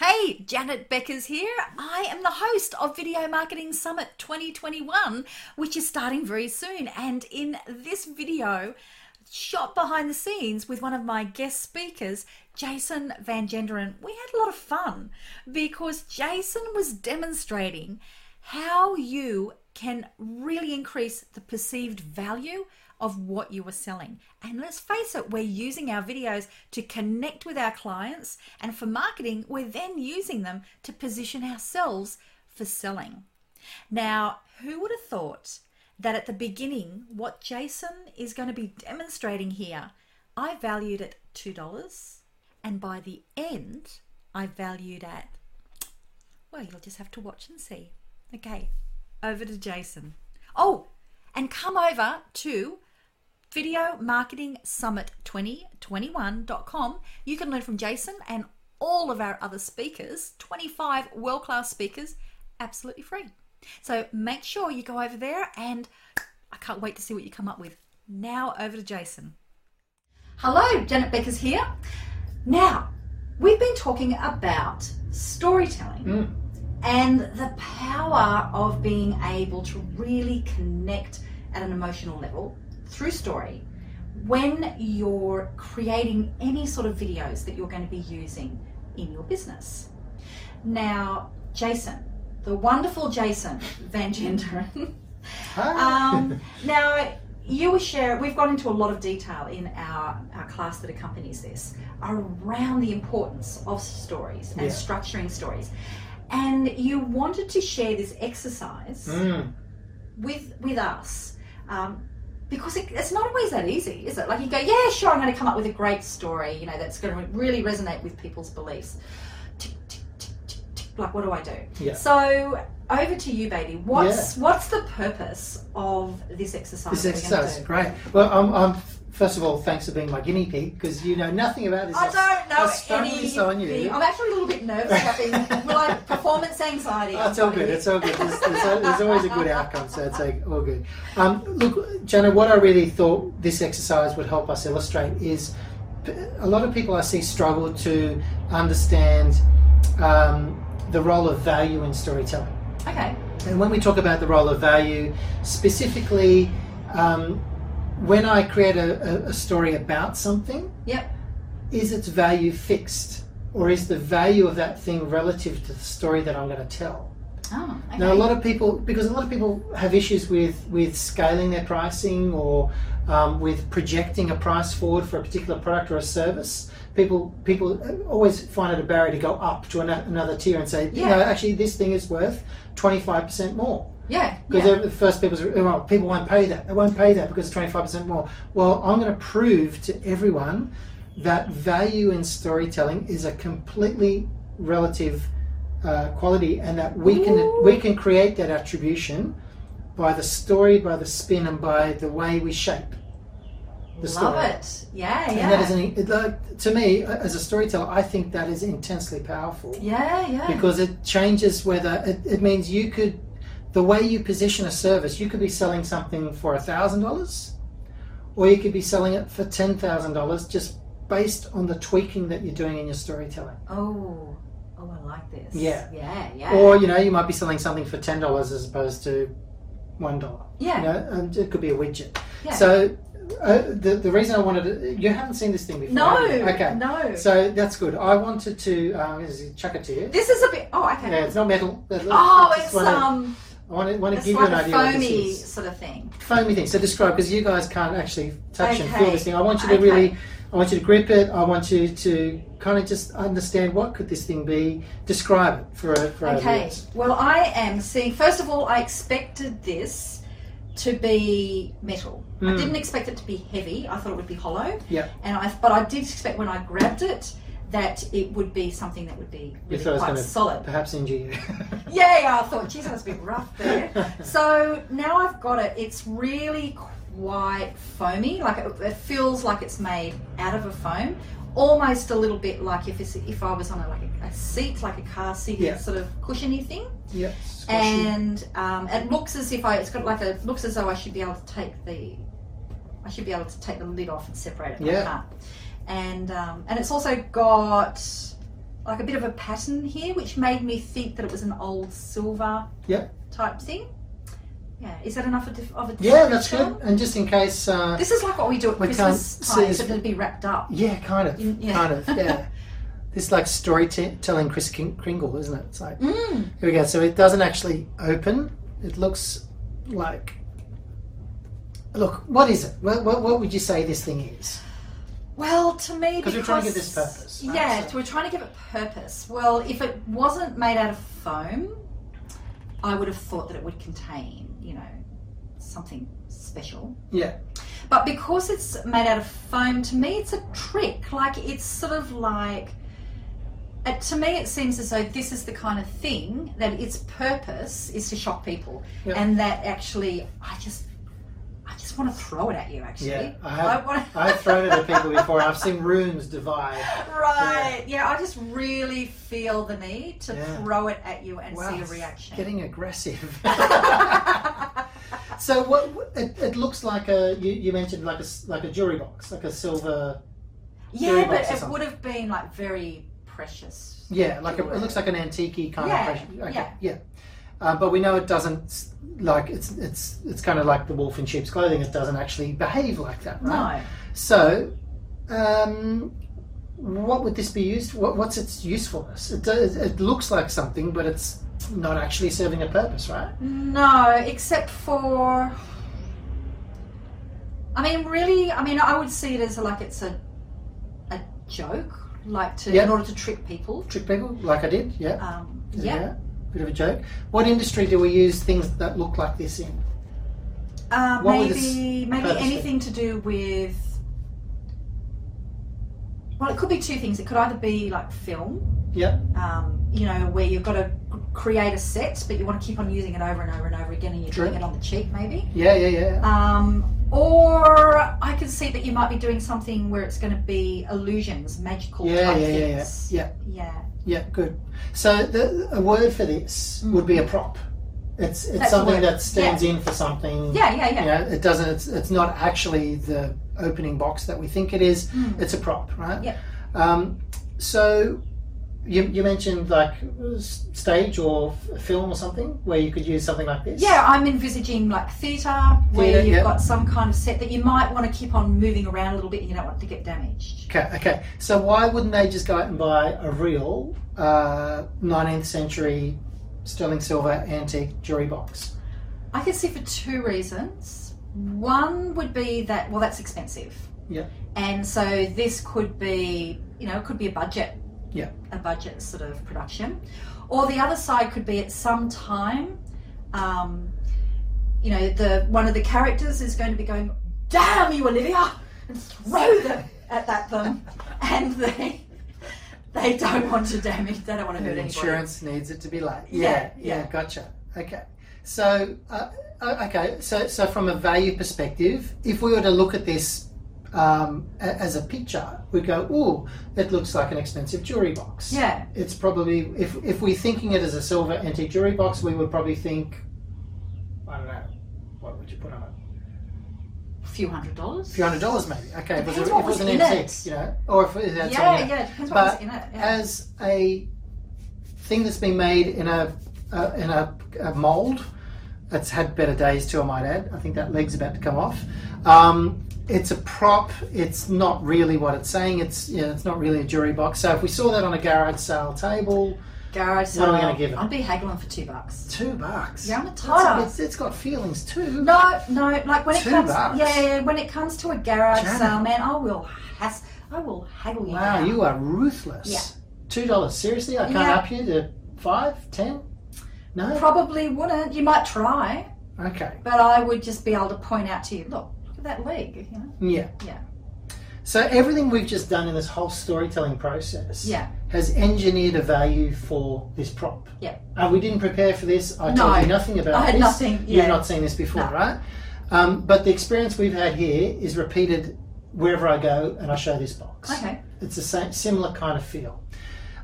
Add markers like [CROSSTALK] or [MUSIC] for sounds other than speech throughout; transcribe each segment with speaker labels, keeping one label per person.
Speaker 1: Hey, Janet Beckers here. I am the host of Video Marketing Summit 2021, which is starting very soon. And in this video, shot behind the scenes with one of my guest speakers, Jason Van Genderen, we had a lot of fun because Jason was demonstrating how you can really increase the perceived value of what you were selling. And let's face it, we're using our videos to connect with our clients, and for marketing, we're then using them to position ourselves for selling. Now, who would have thought that at the beginning, what Jason is going to be demonstrating here, I valued at $2, and by the end, I valued at, well, you'll just have to watch and see. Okay, over to Jason. Oh, and come over to videomarketingsummit2021.com. You can learn from Jason and all of our other speakers, 25 world class speakers, absolutely free. So make sure you go over there and I can't wait to see what you come up with. Now over to Jason. Hello, Janet Becker's here. Now, we've been talking about storytelling and the power of being able to really connect at an emotional level through story when you're creating any sort of videos that you're going to be using in your business. Now, Jason, the wonderful Jason Van Genderen.
Speaker 2: Hi.
Speaker 1: [LAUGHS] Um, now, you were sharing, we've gone into a lot of detail in our, our class that accompanies this around the importance of stories and
Speaker 2: Yeah.
Speaker 1: structuring stories. And you wanted to share this exercise
Speaker 2: Mm.
Speaker 1: with with us um, because it, it's not always that easy, is it? Like you go, yeah, sure, I'm going to come up with a great story, you know, that's going to really resonate with people's beliefs. Tick, tick, tick, tick, tick. Like, what do I do?
Speaker 2: Yeah.
Speaker 1: So over to you, baby. What's what's the purpose of this exercise?
Speaker 2: This
Speaker 1: that we're gonna
Speaker 2: exercise,
Speaker 1: do?
Speaker 2: great. Well, um, um, first of all, thanks for being my guinea pig because you know nothing about this.
Speaker 1: I don't know
Speaker 2: That's totally
Speaker 1: any.
Speaker 2: so on you.
Speaker 1: I'm actually a little bit nervous about being [LAUGHS] like performance anxiety.
Speaker 2: Oh, it's all good. It's all good. There's, there's, al- there's always a
Speaker 1: [LAUGHS]
Speaker 2: good outcome, so it's like all good. Um, look, Jana, what I really thought this exercise would help us illustrate is p- a lot of people I see struggle to understand um, the role of value in storytelling.
Speaker 1: okay.
Speaker 2: And when we talk about the role of value, specifically, um, when I create a, a, a story about something,
Speaker 1: Yep.
Speaker 2: is its value fixed? Or is the value of that thing relative to the story that I'm going to tell?
Speaker 1: Oh. Okay.
Speaker 2: Now, a lot of people, because a lot of people have issues with, with scaling their pricing or um, with projecting a price forward for a particular product or a service. People people always find it a barrier to go up to an, another tier and say, you
Speaker 1: Yeah.
Speaker 2: know, actually, this thing is worth 25% more.
Speaker 1: yeah.
Speaker 2: Because
Speaker 1: yeah.
Speaker 2: the first people's, well, people won't pay that. They won't pay that because it's 25% more. Well, I'm going to prove to everyone that value in storytelling is a completely relative uh, quality and that we can, we can create that attribution by the story, by the spin, and by the way we shape the story.
Speaker 1: Love it. Yeah. Yeah.
Speaker 2: And that is, an, it- like, to me, uh, as a storyteller, I think that is intensely powerful
Speaker 1: yeah. Yeah.
Speaker 2: because it changes whether it, it means you could the way you position a service you could be selling something for a thousand dollars or you could be selling it for ten thousand dollars just based on the tweaking that you're doing in your storytelling
Speaker 1: Oh, oh, I like this.
Speaker 2: Yeah.
Speaker 1: yeah, yeah.
Speaker 2: or you know you might be selling something for ten dollars as opposed to one dollar
Speaker 1: yeah,
Speaker 2: you know and it could be a widget
Speaker 1: Yeah.
Speaker 2: so uh, the, the reason i wanted to you haven't seen this thing before
Speaker 1: no,
Speaker 2: have you? okay
Speaker 1: no.
Speaker 2: so that's good i wanted to um, is- chuck it to you
Speaker 1: this is a bit. Oh, okay.
Speaker 2: yeah, it's not metal.
Speaker 1: Oh,
Speaker 2: I just
Speaker 1: it's
Speaker 2: wanna-
Speaker 1: um,
Speaker 2: I want to, want to
Speaker 1: it's
Speaker 2: give you an
Speaker 1: like a
Speaker 2: idea what this
Speaker 1: foamy
Speaker 2: is.
Speaker 1: sort of thing.
Speaker 2: Foamy thing. So describe, because you guys can't actually touch and
Speaker 1: Okay.
Speaker 2: feel this thing. I want you to
Speaker 1: Okay.
Speaker 2: really, I want you to grip it. I want you to kind of just understand what could this thing be. Describe it for a, for our
Speaker 1: Okay.
Speaker 2: viewers.
Speaker 1: Well, I am seeing. First of all, I expected this to be metal. I
Speaker 2: Mm.
Speaker 1: didn't expect it to be heavy. I thought it would be hollow.
Speaker 2: Yeah.
Speaker 1: And I, but I did expect when I grabbed it that it would be something that would be
Speaker 2: You
Speaker 1: really
Speaker 2: thought it was
Speaker 1: quite
Speaker 2: gonna-
Speaker 1: solid.
Speaker 2: Perhaps injure you.
Speaker 1: [LAUGHS] Yeah, yeah, I thought, geez, that was a bit rough there. so now I've got it. It's really quite foamy. Like it, it feels like it's made out of a foam, almost a little bit like if it's, if I was on a, like a, a seat, like a car seat,
Speaker 2: Yeah.
Speaker 1: sort of cushiony thing.
Speaker 2: [LAUGHS] yep. squishy.
Speaker 1: And um, it looks as if I, it's got like a looks as though I should be able to take the, I should be able to take the lid off and separate it. but I
Speaker 2: Yeah.
Speaker 1: can't. And um, and it's also got like a bit of a pattern here, which made me think that it was an old silver
Speaker 2: Yep.
Speaker 1: type thing. Yeah, is that enough of a, of a
Speaker 2: Yeah, that's
Speaker 1: description?
Speaker 2: good. And just in case, uh,
Speaker 1: This is like what we do at
Speaker 2: We
Speaker 1: Christmas
Speaker 2: can't see
Speaker 1: time,
Speaker 2: this-
Speaker 1: so it'll be wrapped up.
Speaker 2: yeah, kind of,
Speaker 1: Yeah.
Speaker 2: kind
Speaker 1: [LAUGHS]
Speaker 2: of, yeah. This is like storytelling Chris King- Kringle, isn't it? It's like
Speaker 1: Mm.
Speaker 2: here we go. So it doesn't actually open. It looks like. Look, what is it? What, what, what would you say this thing is?
Speaker 1: Well, to me, because
Speaker 2: 'Cause we're trying to give this purpose, right?
Speaker 1: Yeah,
Speaker 2: So-
Speaker 1: we're trying to give it purpose. Well, if it wasn't made out of foam, I would have thought that it would contain, you know, something special.
Speaker 2: Yeah.
Speaker 1: But because it's made out of foam, to me it's a trick. Like it's sort of like, uh, to me it seems as though this is the kind of thing that its purpose is to shock people,
Speaker 2: Yeah.
Speaker 1: and that actually I just, I just want to throw it at you. Actually,
Speaker 2: Yeah, I have-
Speaker 1: want.
Speaker 2: I've thrown it at people
Speaker 1: [LAUGHS]
Speaker 2: before. I've seen rooms divide.
Speaker 1: Right. Yeah. I just really feel the need to
Speaker 2: Yeah.
Speaker 1: throw it at you and
Speaker 2: Wow,
Speaker 1: see a
Speaker 2: it's
Speaker 1: reaction.
Speaker 2: Getting aggressive. [LAUGHS] so what? It, it looks like a. You, you mentioned like a s- like a jewelry box, like a silver.
Speaker 1: [LAUGHS]
Speaker 2: Jewelry
Speaker 1: yeah, but
Speaker 2: box or
Speaker 1: it
Speaker 2: something.
Speaker 1: would have been like very precious.
Speaker 2: Yeah, like a, it looks like an antique kind
Speaker 1: Yeah,
Speaker 2: of. Pressure. Okay,
Speaker 1: yeah.
Speaker 2: yeah. Uh, but we know it doesn't. s- Like it's it's it's kind of like the wolf in sheep's clothing. It doesn't actually behave like that, right?
Speaker 1: No.
Speaker 2: So, um, what would this be used? What, what's its usefulness? It does, it looks like something, but it's not actually serving a purpose, right?
Speaker 1: No, except for. I mean, really. I mean, I would see it as like it's a, a joke, like to
Speaker 2: Yeah.
Speaker 1: in order to trick people.
Speaker 2: Trick people, like I did. Yeah.
Speaker 1: Um,
Speaker 2: Yeah.
Speaker 1: yeah.
Speaker 2: Bit of a joke. What industry do we use things that look like this in?
Speaker 1: Uh,
Speaker 2: What would this
Speaker 1: maybe maybe
Speaker 2: purpose be?
Speaker 1: anything to do with. Well, it could be two things. It could either be like film,
Speaker 2: Yeah.
Speaker 1: um, you know, where you've got to create a set, but you want to keep on using it over and over and over again, and you're doing
Speaker 2: True.
Speaker 1: it on the cheap, maybe.
Speaker 2: Yeah, yeah, yeah.
Speaker 1: Um, or I could see that you might be doing something where it's going to be illusions, magical
Speaker 2: yeah,
Speaker 1: type
Speaker 2: yeah, yeah, yeah,
Speaker 1: things.
Speaker 2: yeah,
Speaker 1: Yeah.
Speaker 2: yeah. Good. So the, a word for this
Speaker 1: Mm.
Speaker 2: would be a prop. It's it's
Speaker 1: That's a
Speaker 2: something
Speaker 1: word.
Speaker 2: that stands in for something.
Speaker 1: Yeah, yeah, yeah.
Speaker 2: You know, it doesn't. It's it's not actually the opening box that we think it is.
Speaker 1: Mm.
Speaker 2: It's a prop, right?
Speaker 1: Yeah.
Speaker 2: Um, so. You, you mentioned like s- stage or f- film or something where you could use something like this.
Speaker 1: Yeah, I'm envisaging like theatre where
Speaker 2: Theatre,
Speaker 1: you've
Speaker 2: yeah.
Speaker 1: got some kind of set that you might want to keep on moving around a little bit and you don't want it to get damaged.
Speaker 2: Okay, okay. So why wouldn't they just go out and buy a real uh, 19th century sterling silver antique jewelry box?
Speaker 1: I can see for two reasons. One would be that, well, that's expensive.
Speaker 2: Yeah.
Speaker 1: And so this could be, you know, it could be a budget.
Speaker 2: Yeah.
Speaker 1: A budget sort of production. Or the other side could be at some time, um, you know, the one of the characters is going to be going, damn you, Olivia, and throw them at that
Speaker 2: [LAUGHS]
Speaker 1: them. And they, they don't want to damage, they don't want to hurt
Speaker 2: And
Speaker 1: anybody.
Speaker 2: insurance needs it to be like yeah
Speaker 1: Yeah,
Speaker 2: yeah,
Speaker 1: yeah.
Speaker 2: gotcha okay so uh, o- okay so so from a value perspective if we were to look at this um, a- as a picture we go oh that looks like an expensive jewelry box
Speaker 1: Yeah.
Speaker 2: it's probably if if we're thinking it as a silver antique jewelry box we would probably think I don't know what would you put on it
Speaker 1: A few hundred dollars.
Speaker 2: a few hundred dollars maybe okay
Speaker 1: Depends
Speaker 2: if it was,
Speaker 1: what
Speaker 2: if it was
Speaker 1: was
Speaker 2: an
Speaker 1: in
Speaker 2: antique
Speaker 1: it.
Speaker 2: you know or if it had something in
Speaker 1: yeah,
Speaker 2: it.
Speaker 1: yeah, it depends what
Speaker 2: But
Speaker 1: was in it. yeah.
Speaker 2: as a thing that's been made in a uh, in a, a mold. It's had better days too, I might add. I think that leg's about to come off. Um, it's a prop. It's not really what it's saying. It's you know, it's not really a jewelry box. So if we saw that on a garage sale table,
Speaker 1: Garage
Speaker 2: What
Speaker 1: sale.
Speaker 2: am I gonna give it? Oh.
Speaker 1: I'd be haggling for two bucks.
Speaker 2: two bucks.
Speaker 1: Yeah, I'm a
Speaker 2: That's-
Speaker 1: tighter.
Speaker 2: it's- it's got feelings too.
Speaker 1: No, no, like when it
Speaker 2: Two
Speaker 1: comes,
Speaker 2: bucks?
Speaker 1: yeah, yeah, when it comes to a garage
Speaker 2: Janet.
Speaker 1: sale, man, I will has, I will haggle you.
Speaker 2: Wow,
Speaker 1: down.
Speaker 2: you are ruthless.
Speaker 1: Yeah.
Speaker 2: Two dollars. Seriously, I can't
Speaker 1: Yeah.
Speaker 2: up you to five, ten. No.
Speaker 1: probably wouldn't. You might try,
Speaker 2: okay.
Speaker 1: but I would just be able to point out to you, look, look at that leg, you know.
Speaker 2: Yeah.
Speaker 1: Yeah.
Speaker 2: So everything we've just done in this whole storytelling process
Speaker 1: Yeah.
Speaker 2: has engineered a value for this prop.
Speaker 1: Yeah.
Speaker 2: And we didn't prepare for this. I
Speaker 1: No.
Speaker 2: told you nothing about
Speaker 1: I had
Speaker 2: this.
Speaker 1: nothing,
Speaker 2: You've
Speaker 1: yeah.
Speaker 2: not seen this before,
Speaker 1: No.
Speaker 2: right? Um, but the experience we've had here is repeated wherever I go and I show this box.
Speaker 1: Okay.
Speaker 2: It's a same, similar kind of feel.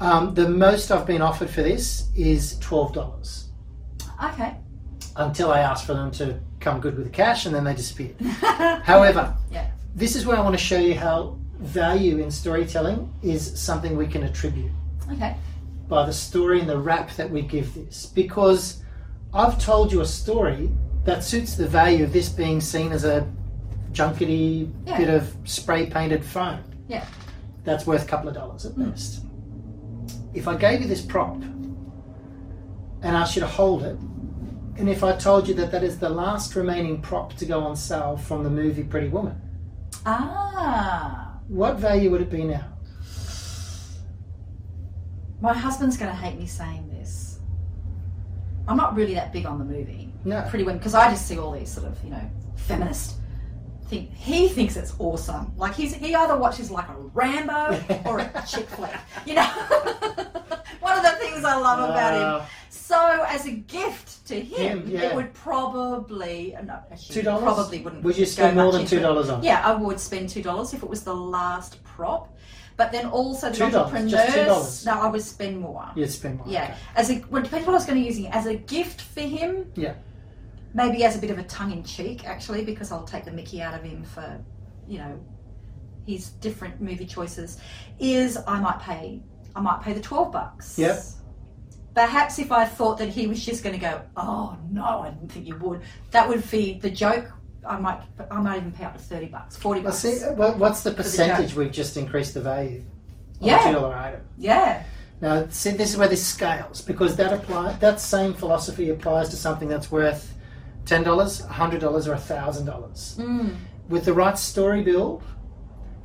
Speaker 2: Um, the most I've been offered for this is $12
Speaker 1: Okay. [LAUGHS]
Speaker 2: until I asked for them to come good with the cash and then they disappeared. However,
Speaker 1: Yeah.
Speaker 2: this is where I want to show you how value in storytelling is something we can attribute.
Speaker 1: Okay.
Speaker 2: by the story and the wrap that we give this because I've told you a story that suits the value of this being seen as a junkety
Speaker 1: Yeah.
Speaker 2: bit of spray painted foam.
Speaker 1: Yeah. Mm.
Speaker 2: That's worth a couple of dollars at best. If I gave you this prop and asked you to hold it, and if I told you that that is the last remaining prop to go on sale from the movie Pretty Woman,
Speaker 1: Ah.
Speaker 2: what value would it be now?
Speaker 1: My husband's going to hate me saying this. I'm not really that big on the movie.
Speaker 2: No.
Speaker 1: Pretty Women, because I just see all these sort of, you know, feminist thing. He thinks it's awesome. Like, he's, he either watches like a Rambo or
Speaker 2: [LAUGHS]
Speaker 1: a chick flick, you know? [LAUGHS] One of the things I love about him.
Speaker 2: Uh,
Speaker 1: So, as a gift to him,
Speaker 2: Him, yeah.
Speaker 1: it would probably, no, actually,
Speaker 2: Two dollars?
Speaker 1: Probably wouldn't.
Speaker 2: Would you
Speaker 1: go
Speaker 2: spend more
Speaker 1: much
Speaker 2: than
Speaker 1: into
Speaker 2: two
Speaker 1: it.
Speaker 2: dollars on it?
Speaker 1: Yeah, I would spend two dollars if it was the last prop. But then also the
Speaker 2: Two dollars, just two
Speaker 1: entrepreneurs.
Speaker 2: dollars.
Speaker 1: No, I would spend more.
Speaker 2: You'd spend more.
Speaker 1: Yeah,
Speaker 2: okay.
Speaker 1: as a well, it depends what I was going to use it as a gift for him.
Speaker 2: Yeah.
Speaker 1: Maybe as a bit of a tongue in cheek, actually, because I'll take the Mickey out of him for, you know, his different movie choices. Is I might pay, I might pay the twelve bucks.
Speaker 2: Yep.
Speaker 1: Perhaps if I thought that he was just going to go, oh no, I didn't think you would. That would be the joke. I might, I might even pay up to thirty bucks, forty
Speaker 2: Well,
Speaker 1: bucks.
Speaker 2: see, what, what's the
Speaker 1: For the
Speaker 2: percentage we've just increased the value of
Speaker 1: Yeah.
Speaker 2: a two dollar item?
Speaker 1: Yeah.
Speaker 2: Now, see, this is where this scales because that apply that same philosophy applies to something that's worth ten dollars, hundred dollars, or thousand dollars.
Speaker 1: Mm.
Speaker 2: With the right story build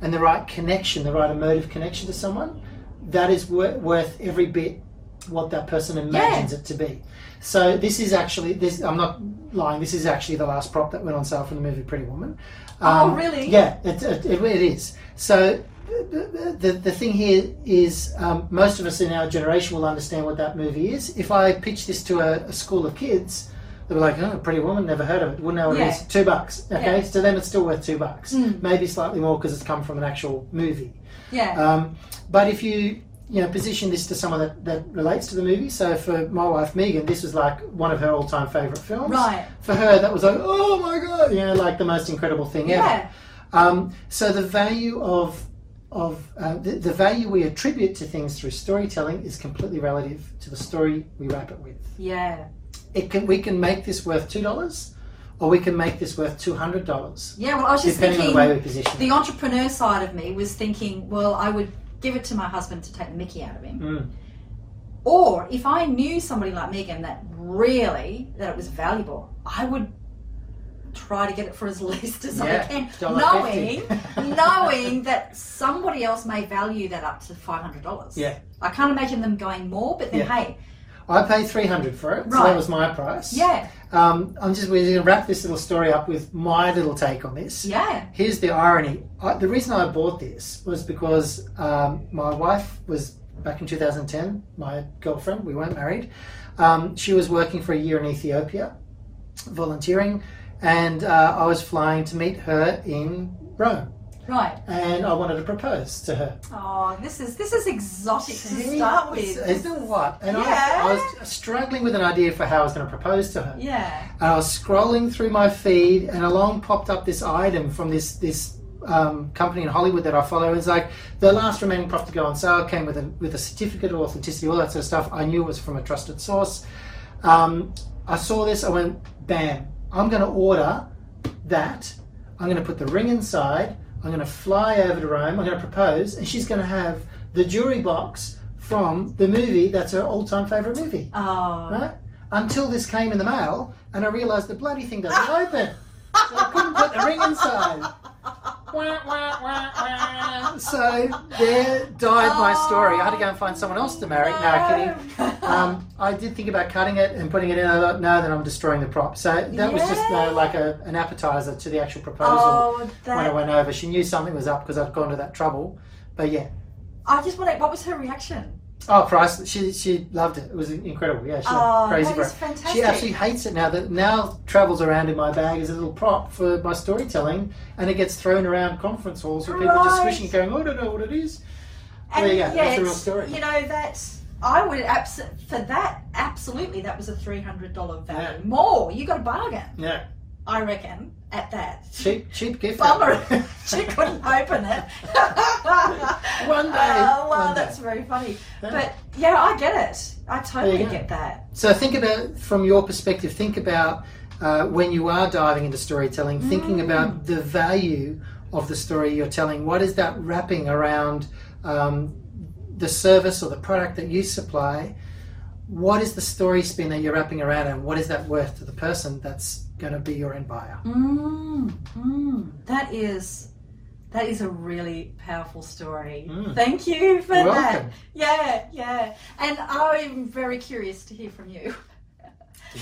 Speaker 2: and the right connection, the right emotive connection to someone, that is wor- worth every bit what that person imagines it to be. So this is actually this. I'm not lying. This is actually the last prop that went on sale from the movie Pretty Woman.
Speaker 1: Oh, really?
Speaker 2: Um, Yeah, it, it, it, it is. So the, the, the thing here is um, most of us in our generation will understand what that movie is. If I pitch this to a, a school of kids, they'll be like, oh, Pretty Woman, never heard of it, wouldn't know what
Speaker 1: Yeah.
Speaker 2: it is. Two bucks. Okay,
Speaker 1: Yeah.
Speaker 2: so then it's still worth two bucks.
Speaker 1: Mm.
Speaker 2: Maybe slightly more because it's come from an actual movie.
Speaker 1: Yeah.
Speaker 2: Um, but if you you know position this to someone that, that relates to the movie, so for my wife Megan, this was like one of her all time favorite films.
Speaker 1: right.
Speaker 2: For her, that was like, oh my god, you know, like the most incredible thing ever.
Speaker 1: Yeah.
Speaker 2: Um, so the value of of uh, the, the value we attribute to things through storytelling is completely relative to the story we wrap it with.
Speaker 1: Yeah.
Speaker 2: It can we can make this worth two dollars, or we can make this worth two hundred dollars,
Speaker 1: Yeah. Well, I was just
Speaker 2: depending on
Speaker 1: thinking.
Speaker 2: the way we position it.
Speaker 1: The entrepreneur side of me was thinking, well, I would give it to my husband to take the mickey out of him.
Speaker 2: Mm.
Speaker 1: Or if I knew somebody like Megan that really that it was valuable, I would try to get it for as [LAUGHS] least as I
Speaker 2: Yeah,
Speaker 1: can, knowing
Speaker 2: [LAUGHS] $1.50.
Speaker 1: knowing that somebody else may value that up to five hundred dollars.
Speaker 2: Yeah.
Speaker 1: I can't imagine them going more, but then
Speaker 2: Yeah.
Speaker 1: hey,
Speaker 2: I paid three hundred for it, so
Speaker 1: Right.
Speaker 2: that was my price.
Speaker 1: yeah,
Speaker 2: Um, I'm just we're going to wrap this little story up with my little take on this.
Speaker 1: yeah,
Speaker 2: Here's the irony. I, the reason I bought this was because um, my wife was back in 2010. My girlfriend, we weren't married. Um, she was working for a year in Ethiopia, volunteering, and uh, I was flying to meet her in Rome,
Speaker 1: right.
Speaker 2: and I wanted to propose to her.
Speaker 1: Oh, this is this is exotic to
Speaker 2: See?
Speaker 1: start with.
Speaker 2: Isn't it what? And
Speaker 1: Yeah.
Speaker 2: I, I was struggling with an idea for how I was going to propose to her.
Speaker 1: Yeah.
Speaker 2: and I was scrolling through my feed, and along popped up this item from this this um, company in Hollywood that I follow. It's like the last remaining prop to go on sale came with a with a certificate of authenticity, all that sort of stuff. I knew it was from a trusted source. Um, I saw this, I went, bam! I'm going to order that. I'm going to put the ring inside. I'm going to fly over to Rome. I'm going to propose, and she's going to have the jewelry box from the movie that's her all-time favorite movie
Speaker 1: Oh.
Speaker 2: right? Until this came in the mail, and I realised the bloody thing
Speaker 1: [LAUGHS]
Speaker 2: doesn't open. So [LAUGHS] I couldn't put the ring inside. Wah, wah, wah, [LAUGHS] wah. So there died my story. I had to go and find someone else to marry. No, kidding.
Speaker 1: [LAUGHS]
Speaker 2: Um, I did think about cutting it and putting it in. I thought, no, then I'm destroying the prop. So that was just
Speaker 1: Yeah.
Speaker 2: uh, like a, an appetizer to the actual proposal
Speaker 1: oh,
Speaker 2: when I
Speaker 1: that.
Speaker 2: went over. She knew something was up because I'd gone to that trouble. But yeah,
Speaker 1: I just want to. What was her reaction?
Speaker 2: oh Christ, she she loved it. It was incredible. Yeah, she
Speaker 1: Oh,
Speaker 2: went crazy
Speaker 1: that
Speaker 2: for it.
Speaker 1: is fantastic.
Speaker 2: She actually hates it now. That now travels around in my bag as a little prop for my storytelling, and it gets thrown around conference halls where people just
Speaker 1: Right.
Speaker 2: squishing, it, going, "Oh, "I don't know what it is."
Speaker 1: and
Speaker 2: there you go,
Speaker 1: yet,
Speaker 2: oh, that's the real story.
Speaker 1: You know that I would abs- for that absolutely that was a three hundred dollar value
Speaker 2: Yeah.
Speaker 1: more. You got a bargain,
Speaker 2: Yeah,
Speaker 1: I reckon. at that.
Speaker 2: Cheap, cheap gift. [LAUGHS]
Speaker 1: Bummer. [LAUGHS]
Speaker 2: wrapper.
Speaker 1: she couldn't open it.
Speaker 2: One day,
Speaker 1: [LAUGHS] Oh, wow,
Speaker 2: one day.
Speaker 1: that's very funny.
Speaker 2: Yeah.
Speaker 1: But yeah, I get it. I totally
Speaker 2: There you go.
Speaker 1: get that.
Speaker 2: So think about from your perspective. Think about uh, when you are diving into storytelling.
Speaker 1: Mm.
Speaker 2: Thinking about the value of the story you're telling. What is that wrapping around um, the service or the product that you supply? What is the story spin that you're wrapping around, and what is that worth to the person that's going to be your end buyer?
Speaker 1: Mm, mm, that is that is a really powerful story.
Speaker 2: Mm.
Speaker 1: Thank you for
Speaker 2: You're
Speaker 1: that.
Speaker 2: welcome.
Speaker 1: Yeah, yeah. And I'm very curious to hear from you. [LAUGHS]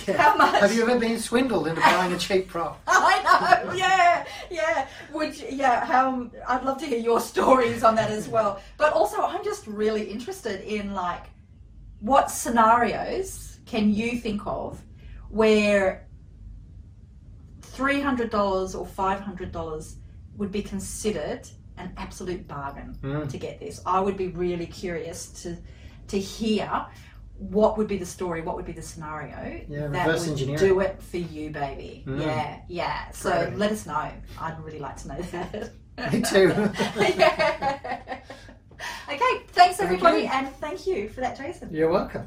Speaker 2: Yeah.
Speaker 1: How much?
Speaker 2: Have you ever been swindled into buying a
Speaker 1: [LAUGHS]
Speaker 2: cheap prop?
Speaker 1: I know. Yeah, yeah. Which, yeah. How? I'd love to hear your stories on that as well. But also, I'm just really interested in like, what scenarios can you think of where three hundred dollars or five hundred dollars would be considered an absolute bargain
Speaker 2: Mm.
Speaker 1: to get this? I would be really curious to to hear. What would be the story? What would be the scenario
Speaker 2: Yeah,
Speaker 1: that
Speaker 2: reverse
Speaker 1: would
Speaker 2: engineering.
Speaker 1: do it for you, baby?
Speaker 2: Mm.
Speaker 1: Yeah, yeah, so
Speaker 2: Great.
Speaker 1: let us know. I'd really like to know that.
Speaker 2: [LAUGHS] Me too.
Speaker 1: [LAUGHS]
Speaker 2: [LAUGHS]
Speaker 1: Yeah. Okay, thanks everybody,
Speaker 2: you.
Speaker 1: and thank you for that, Jason.
Speaker 2: You're welcome.